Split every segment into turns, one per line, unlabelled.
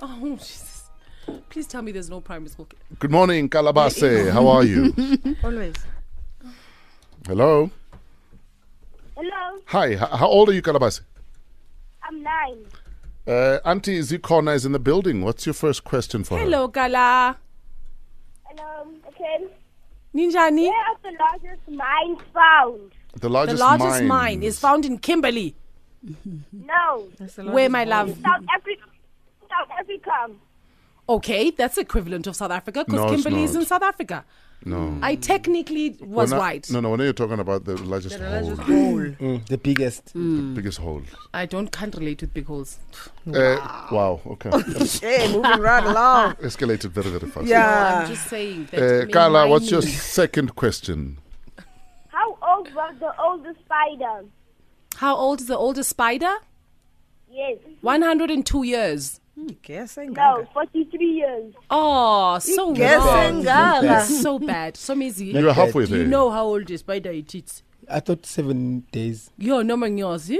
Oh, Jesus. Please tell me there's no primary school kid.
Good morning, Kalabase. How are you?
Always.
Hello.
Hello,
Hi. H- how old are you, Kalabase?
I'm nine.
Uh, Auntie Zikona is in the building. What's your first question for her?
Hello, Gala.
Hello, okay.
Ninjani.
Where is the largest mine found?
The
The
largest,
largest mine.
mine
is found in Kimberley.
No,
Where, my love?
South Africa. South Africa.
Okay, that's equivalent of South Africa because
No, it's
Kimberley is
not.
in South Africa.
No.
I technically was
When I-
right.
No, no. When you're talking about the largest, hole,
Mm, the biggest.
the biggest hole.
I don't can't relate with big holes.
Wow. Uh, wow. Okay.
Hey, moving right along.
Escalated very, very fast.
I'm
Yeah.
just saying that.
Uh,
may
Carla,
mine-
what's your second question?
How old was the oldest spider?
How old is the oldest spider?
Yes.
102 years.
Guessing.
No, 43 years.
Oh, so wrong.
Guessing.
That's so bad. So
You
Mizi,
were
bad.
halfway
do you
there.
know how old a spider it is?
I thought seven days.
Yo, no man, yours, eh?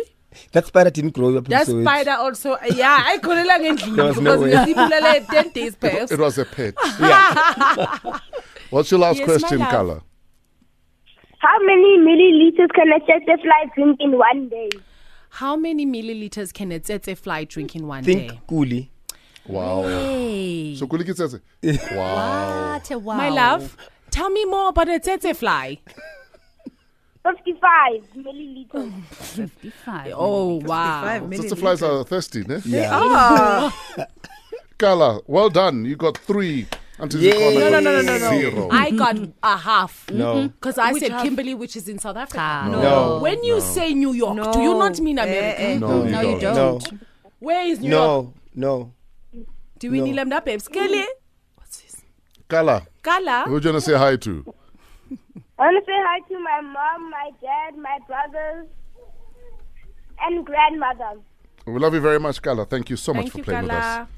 That spider didn't grow up. in
That
Soweto.
spider also. Yeah, I couldn't like it
There was
because
no way.
Mizi 10 days past.
It was a pet. Yeah. What's your last
Yes, my
question,
love.
Carla?
How many milliliters can a butterfly drink in one day?
How many milliliters can a tsetse fly drink in one
Think
day?
coolly.
Wow.
Hey,
So Kuliki says, wow.
my love, tell me more about a tsetse fly.
55 milliliters.
Oh wow!
Five
Sister
minutes.
flies are thirsty, ne?
Yeah.
Carla, well done. You got three. Until
Yay.
Zikona got
No, no, no, no, no, no.
Zero.
I got a half.
No.
Because Mm-hmm. I said Kimberley, which is in South Africa.
No.
No.
When you say New York, do you not mean America?
Eh, eh.
No, you
No,
don't.
you don't.
No.
Where is New York?
No. No.
Do we
no.
need them that babes? Kelly? What's this?
Carla,
Gala?
who do you want to say hi to?
I want to say hi to my mom, my dad, my brothers, and grandmother.
We love you very much, Carla. Thank you so much
Thank
for
you,
playing with us.
Gala.